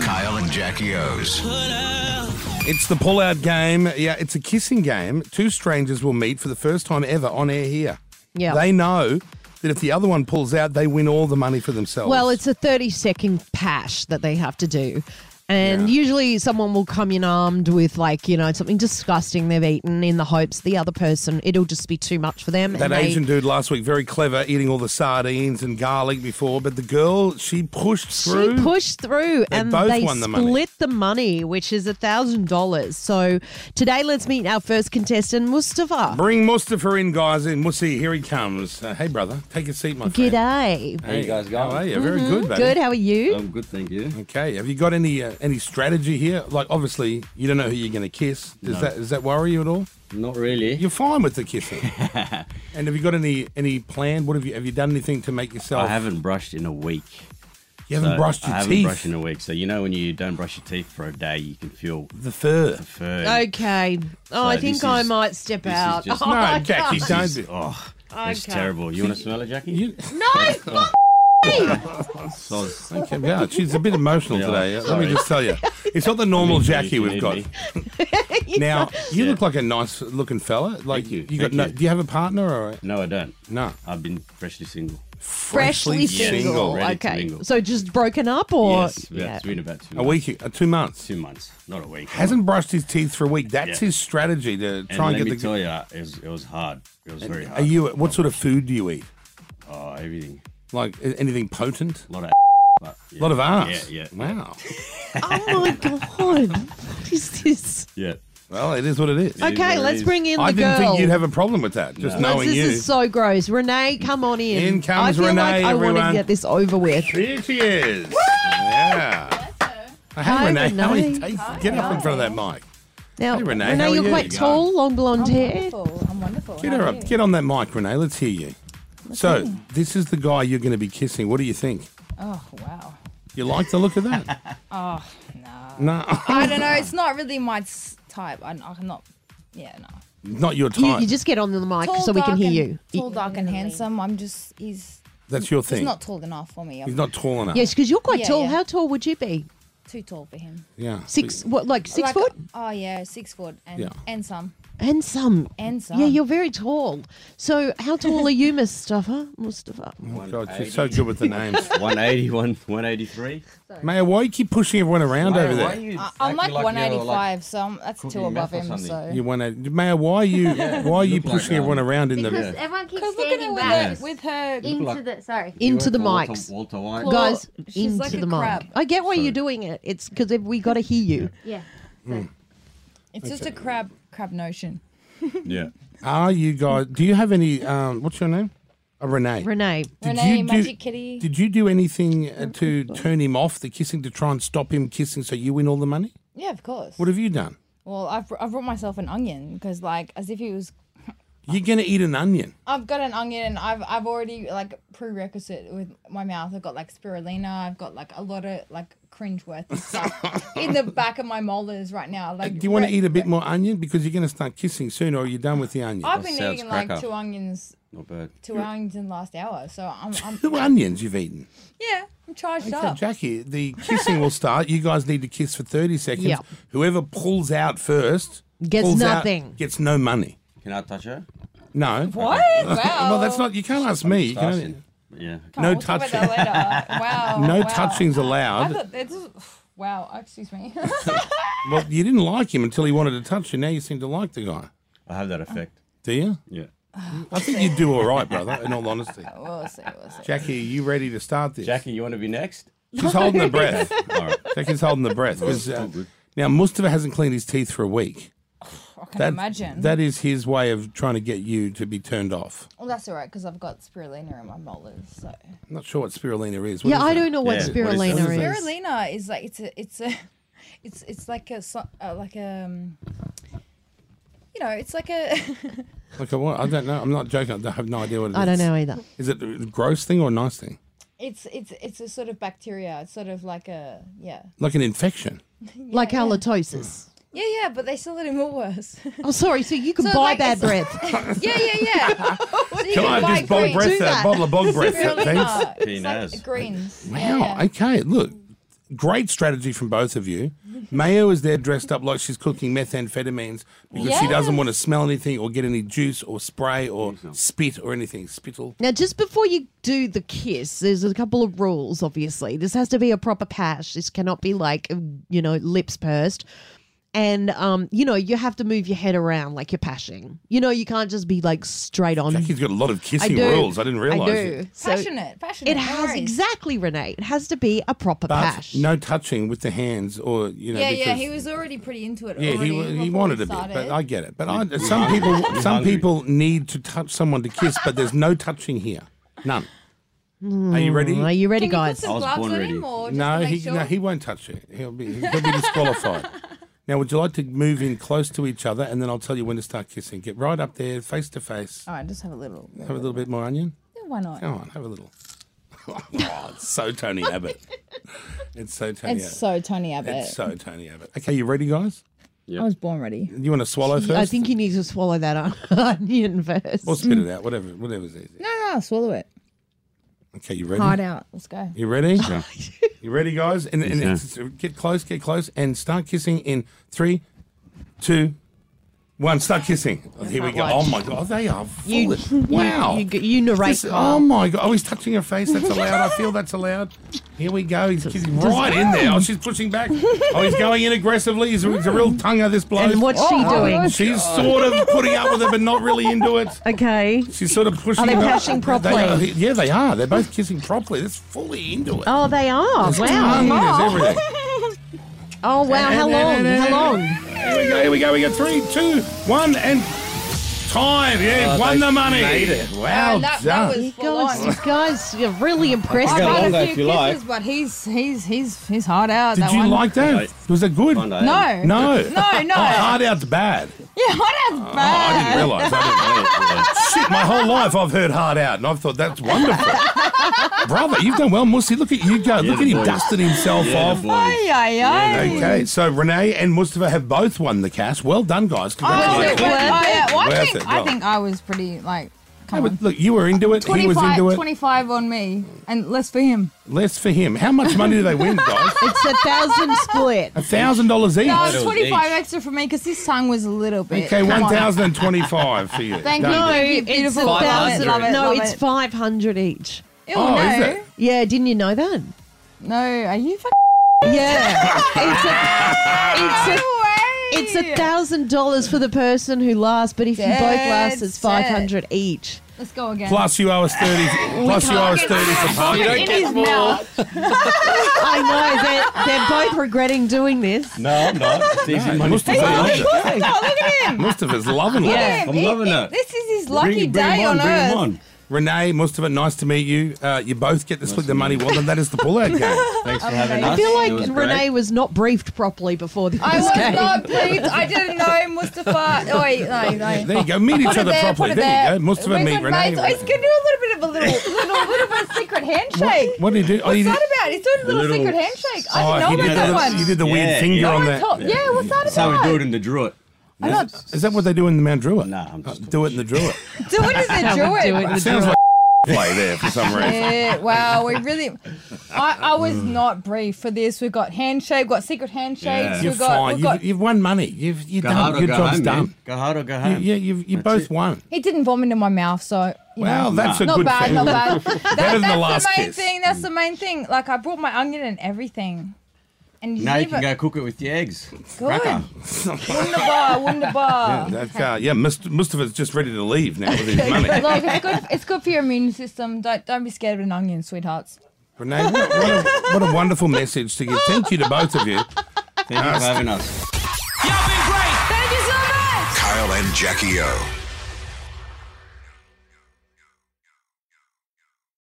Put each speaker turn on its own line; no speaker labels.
Kyle and Jackie O's.
It's the pull-out game. Yeah, it's a kissing game. Two strangers will meet for the first time ever on air here.
Yeah.
They know that if the other one pulls out, they win all the money for themselves.
Well, it's a 30 second pash that they have to do. And usually someone will come in armed with like, you know, something disgusting they've eaten in the hopes the other person, it'll just be too much for them.
that
and they-
Asian dude last week, very clever, eating all the sardines and garlic before, but the girl, she pushed through.
She pushed through and
both
they
won the money.
split the money, which is a thousand dollars. So today, let's meet our first contestant, Mustafa.
Bring Mustafa in, guys, and we'll see. Here he comes. Uh, hey, brother, take a seat, my friend. Oh,
G'day.
Hey,
you guys
How
going?
are you? Very good, buddy.
Mm-hmm. Good. How are you?
I'm good, thank you.
Okay, have you got any uh, any strategy here? Like, obviously, you don't know who you're going to kiss. Does that does that worry you at all?
Not really.
You're fine with the kissing. and have you got any any plan? What have you have you done anything to make yourself?
I haven't brushed in a week.
You haven't
So,
brushed
I
your
haven't
teeth.
brushed in a week. So you know when you don't brush your teeth for a day, you can feel
the fur.
fur.
okay. Oh, I
So
think
this
I
is-
might step
this is
out.
just-
oh,
No,
I
Jackie,
can't.
don't do.
Oh, that's
Okay.
terrible. You want to smell it, Jackie?
You,
No, fuck me.
Soz.
okay, yeah, she's a bit emotional
Yeah,
today. Let
sorry.
me just tell you, it's not the normal
If you
Jackie we've
need
got.
me.
Now you
Yeah.
look like a nice looking fella. Like
Thank
got
you, thank
no.
you.
Do you have a partner or? A,
No, I don't.
no.
I've been freshly single.
Freshly single.
Ready to
Okay.
mingle.
So just broken up or?
yes, about, it's been about two
A
months.
week, uh, two months.
Two months, not a week.
Hasn't brushed his teeth for a week. That's
Yeah.
his strategy to
And
try and,
let me
get the.
tell you, it was, it was hard. It was very hard.
Are you? What sort of food do you eat?
Oh, everything.
Like a- anything potent?
A lot of. But, yeah.
A lot of arse.
Yeah, yeah.
Wow.
Oh my god. What is this?
Yeah.
well, it is what it is.
It is what
Okay,
it
let's
is.
bring in the
I didn't
girl.
think you'd have a problem with that. Just
Liz,
knowing
this
you.
is so gross. Renee, come on in.
In comes
I feel
Renee,
like I want
everyone.
to get this over with.
Here she is. Yeah. Hey,
Hi,
Renee. How are you?
Renee.
Hey, Get up in front of that mic.
Now,
Hey, Renee, how are
you're
you?
quite tall, long blonde
I'm
hair.
wonderful. I'm wonderful.
Get
How
her
are
up.
you?
Get on that mic, Renee. Let's hear you. So, this is the guy you're going to be kissing. What do you think?
Oh wow.
You like the look of that?
Oh no.
no,
I don't know. It's not really my s- type. I, I'm not. Yeah, no.
not your
You,
type.
you just get on the mic
Tall,
so we can
dark
hear
and-
you.
Tall, dark, and handsome. I'm just. He's.
That's your thing.
He's not tall enough for me. I'm
He's not tall enough.
Yes, because you're quite
Yeah,
tall.
yeah.
How tall would you be?
too tall for him.
Yeah.
Six, what, like six
Like,
foot
Oh yeah, six foot and
Yeah.
and some.
and some.
And
Yeah,
some.
you're very tall. So, how tall are you, Mustafa? Mustafa.
God, she's so good with the names.
180, 183.
Mate, why you keep pushing everyone around over there?
I, I'm like 185, so I'm, that's
cooking
two
meth
above
or
him.
something.
So.
You want to, Maya? Why are you? why are
you
you
look like,
pushing everyone
um,
around in the?
Because
Yeah.
everyone keeps
Because look at her
standing
with
back
her, with her.
into
like-
the sorry.
Into the
Walter-
mics.
Walter White.
Cool.
Guys,
she's
into
like
the
a
mic.
crab.
I get why you're doing it. It's because we got to hear you.
Yeah.
Mm. It's just a crab crab notion.
Yeah.
Are you guys? Do you have any? Um, what's your name? Uh, Renee.
Renee.
Did
Renee,
you do,
Magic Kitty.
Did you do anything uh, to turn him off the kissing to try and stop him kissing so you win all the money?
Yeah, of course.
What have you done?
Well, I've, br- I've brought myself an onion because, like, as if he was.
You're gonna eat an onion.
I've got an onion and I've, I've already, like, prerequisite with my mouth. I've got, like, spirulina. I've got, like, a lot of, like, cringeworthy stuff in the back of my molars right now. Like,
Do you want to
re-
eat a bit more onion because you're gonna start kissing soon, or are you done with the onion?
I've been
Sounds
eating,
cracker.
like, two onions.
Not bad.
Two onions in the last hour, so I'm,
Two
I'm
onions you've eaten.
yeah, I'm charged
So
up.
Jackie, the kissing will start. You guys need to kiss for thirty seconds.
Yeah.
Whoever pulls out first
Gets
pulls out,
nothing.
gets no money.
Can I touch her?
No.
What? Wow.
Well, that's not. You can't ask me. You can only-
Asking. Yeah.
no
we'll talk about
touching.
that later. Wow.
No
wow.
touching's
I
allowed.
thought it's wow. Excuse me.
Well, you didn't like him until he wanted to touch you. Now you seem to like the guy.
I have that effect.
Do you?
Yeah.
I think you do all right, brother. In all honesty,
we'll see. We'll see.
Jackie, are you ready to start this?
Jackie, you want to be next?
she's holding her breath.
All right.
Jackie's holding her breath. 'cause, uh, now Mustafa hasn't cleaned his teeth for a week.
I can
That,
imagine.
That is his way of trying to get you to be turned off.
well, that's all right because I've got spirulina in my molars. So
I'm not sure what spirulina is. What
Yeah,
is
I
that?
don't know what
Yeah, what is that?
spirulina
What is
is.
spirulina is like it's a it's a it's it's like a so- uh, like a um, you know it's like a
Like a what? I don't know. I'm not joking. I have no idea what it is.
I don't know either.
Is it a gross thing or a nice thing?
it's it's it's a sort of bacteria. It's sort of like a yeah
Like an infection.
like halitosis.
yeah yeah. But they sell it in Woolworths.
Oh, sorry. So you can
So,
buy
like,
bad
it's-
breath.
yeah yeah yeah. So you
Can
can
I just bog
green-
breath that bottle of bog breath? Thanks.
Spirulina. It's
Peanuts.
like greens.
Wow.
Yeah, yeah.
Okay. Look, Great strategy from both of you. Mayo is there dressed up like she's cooking methamphetamines because she doesn't
Yes.
want to smell anything or get any juice or spray or spit or anything. Spittle.
Now, just before you do the kiss, there's a couple of rules, obviously. This has to be a proper pash. This cannot be like, um, you know, lips pursed. And, um, you know, you have to move your head around like you're pashing. You know, you can't just be like straight on.
Jackie's got a lot of
I
kissing
do.
rules. I didn't realize
I do.
it.
So
Passionate, passionate.
It
no
has
worries.
exactly, Renee. It has to be a proper
But
pash.
no touching with the hands or, you know,
Yeah,
because
yeah. He was already pretty into it.
Yeah,
already,
he, wa- he
before
wanted
we
a bit,
started.
but I get it. But I, some people, some
hungry.
people need to touch someone to kiss, but there's no touching here. None.
Hmm.
Are you ready?
Are you ready,
Can you put
guys?
some
I was
gloves
born
on
ready.
him, or just
no,
to
he
make sure?
no, he won't touch you. He'll be he'll be disqualified. now, would you like to move in close to each other, and then I'll tell you when to start kissing? Get right up there, face to face.
All right, just have a little.
Have a little bit more onion.
Yeah, Why not?
Come on, have a little. oh, it's so Tony Abbott. It's so Tony.
It's
Abbott.
so Tony Abbott.
it's so Mm. Tony Abbott. Okay, you ready, guys?
I was born ready.
You want to swallow first?
I think you need to swallow that onion first.
Or
Hmm.
spit it out, whatever, whatever's easy.
No, no, swallow it.
Okay, you ready?
Hard out. Let's go.
You ready? you ready, guys? And, and
Yeah.
it's- get close, get close, and start kissing in three, two, one. Start kissing. Oh, here we go. Oh my god, they are full.
You-
of- wow.
You, you narrate.
This- oh my god. Oh, he's touching her face. That's allowed. I feel that's allowed. Here we go. He's kissing right in there. Oh, she's pushing back. Oh, he's going in aggressively. He's, a- he's a real tongue of this bloke.
and what's she
Oh,
doing?
She's sort of putting up with it, but not really into it.
Okay.
She's sort of pushing.
Are they
her-
pushing
they are-
properly?
yeah, they are. They're both kissing properly. That's fully into it.
Oh, they are.
Tongue
Wow.
is everything.
Oh, wow. How long? How long?
Here we go. Here we go. We got three, two, one, and time. Yeah,
Oh,
won
they
the money.
made it.
Wow,
Oh, that- that
done.
was-
You guys, you guys, you're really impressed.
I
me.
got
I've
longer
had a
if
few
you like.
kisses, but he's he's he's he's hard
Oh,
out.
Did
that
you
one.
like
Okay.
that? Was it good?
One
No,
day.
No,
no,
no, no.
Oh, hard out's bad.
Yeah, hard out's
Oh, I
bad.
didn't realise. I didn't realise. Shit, my whole life I've heard hard out, and I've thought that's wonderful. Brother, you've done well, Mussy. Look at you go. Look
the
at him
boys.
dusting himself
Yeah,
off.
the boys.
Ay, ay, ay.
Okay, so Renee and Mustafa have both won the cash. Well done, guys. Congratulations.
Oh, yeah. Well,
Worth
I, think,
it,
I
well.
think I was pretty like.
Yeah,
Come on.
but look, you were into it. He was
25,
into it.
25 on me and less for him.
Less for him. How much money do they win, guys?
It's a thousand split.
A thousand dollars each.
No,
Little
25
each.
extra for me because his tongue was a little bit.
Okay,
Come
one
on.
thousand and twenty-five for you.
Thank
Done.
you.
No,
Thank you,
it's a
beautiful. Love it,
thousand.
love it,
No,
love
it's
it.
five hundred each.
Ew,
Oh,
no.
is it?
Yeah, didn't you know that?
No, are you f-
Yeah, it's a it's a it's
way.
a thousand dollars for the person who lasts. But if you both last,
Dead
it's
set.
five hundred each.
Let's go again.
Plus you owe us thirty. plus you owe us thirty for
Look
parking.
in his mouth.
I know they're they're both regretting doing this.
No, I'm not. It's easy money.
Mustafa loves it.
Oh, look at him.
Mustafa's loving it.
Yeah.
I'm loving it.
This is his lucky
Bring- bring him
day on,
bring him
earth.
Renee, Mustafa, nice to meet you. Uh, you both get to split the money. Well done. That is the pullout game.
Thanks for having
I
us.
I feel like
It was great.
Renee was not briefed properly before this
I was
game.
not pleased. I didn't know Mustafa. Oh, wait, no, no.
There you go. Meet each
Put it
other
there, put
properly.
it
There you
there.
go. Mustafa,
We're
meet
good mates. Oh, he's
Renee.
gonna do a little bit of a little, little, little bit of a secret handshake.
What did he do? Oh, he
What's
did,
that about? He's doing a little,
little-
secret handshake.
oh,
I
he
didn't know
did
about
the,
that
you
one.
did the weird
Yeah,
finger
yeah.
No
on
one
that.
told- Yeah, what's that
That's how
about?
we do it in the Druid.
I don't Uh,
Is that what they do in the Mount Druitt?
Nah, I'm just-
do it in the Druitt.
do it as a
How we do
Druid.
it.
it sounds like play there for some reason.
Yeah, wow, we really. I, I was
Mm.
not briefed for this. We've got handshake, we've got secret handshakes,
Yeah.
You're
we've got,
fine.
we've got.
you've, you've won money. You've you're
Go
done.
hard or
Your
go
job's
home,
done.
man. Go hard or go
You,
home.
yeah, you've you both won.
He didn't vomit in my mouth, so. You
Wow,
know.
that's a
Not
good
bad,
thing.
not bad. That-
Better than the last
that's
Mm.
main
kiss.
thing. That's the main thing. Like I brought my onion and everything. And you
Now you
leave
can
it.
go cook it with the eggs.
Good.
Cracker.
Wunderbar, wunderbar.
That's, uh, yeah, Must- Mustafa's just ready to leave now with his money.
Look, it's good. It's good for your immune system. Don't don't be scared of an onion, sweethearts.
Renee, what, what a, what a wonderful message to give. Thank you to both of you.
Thank you for having us.
Kyle and Jackie O.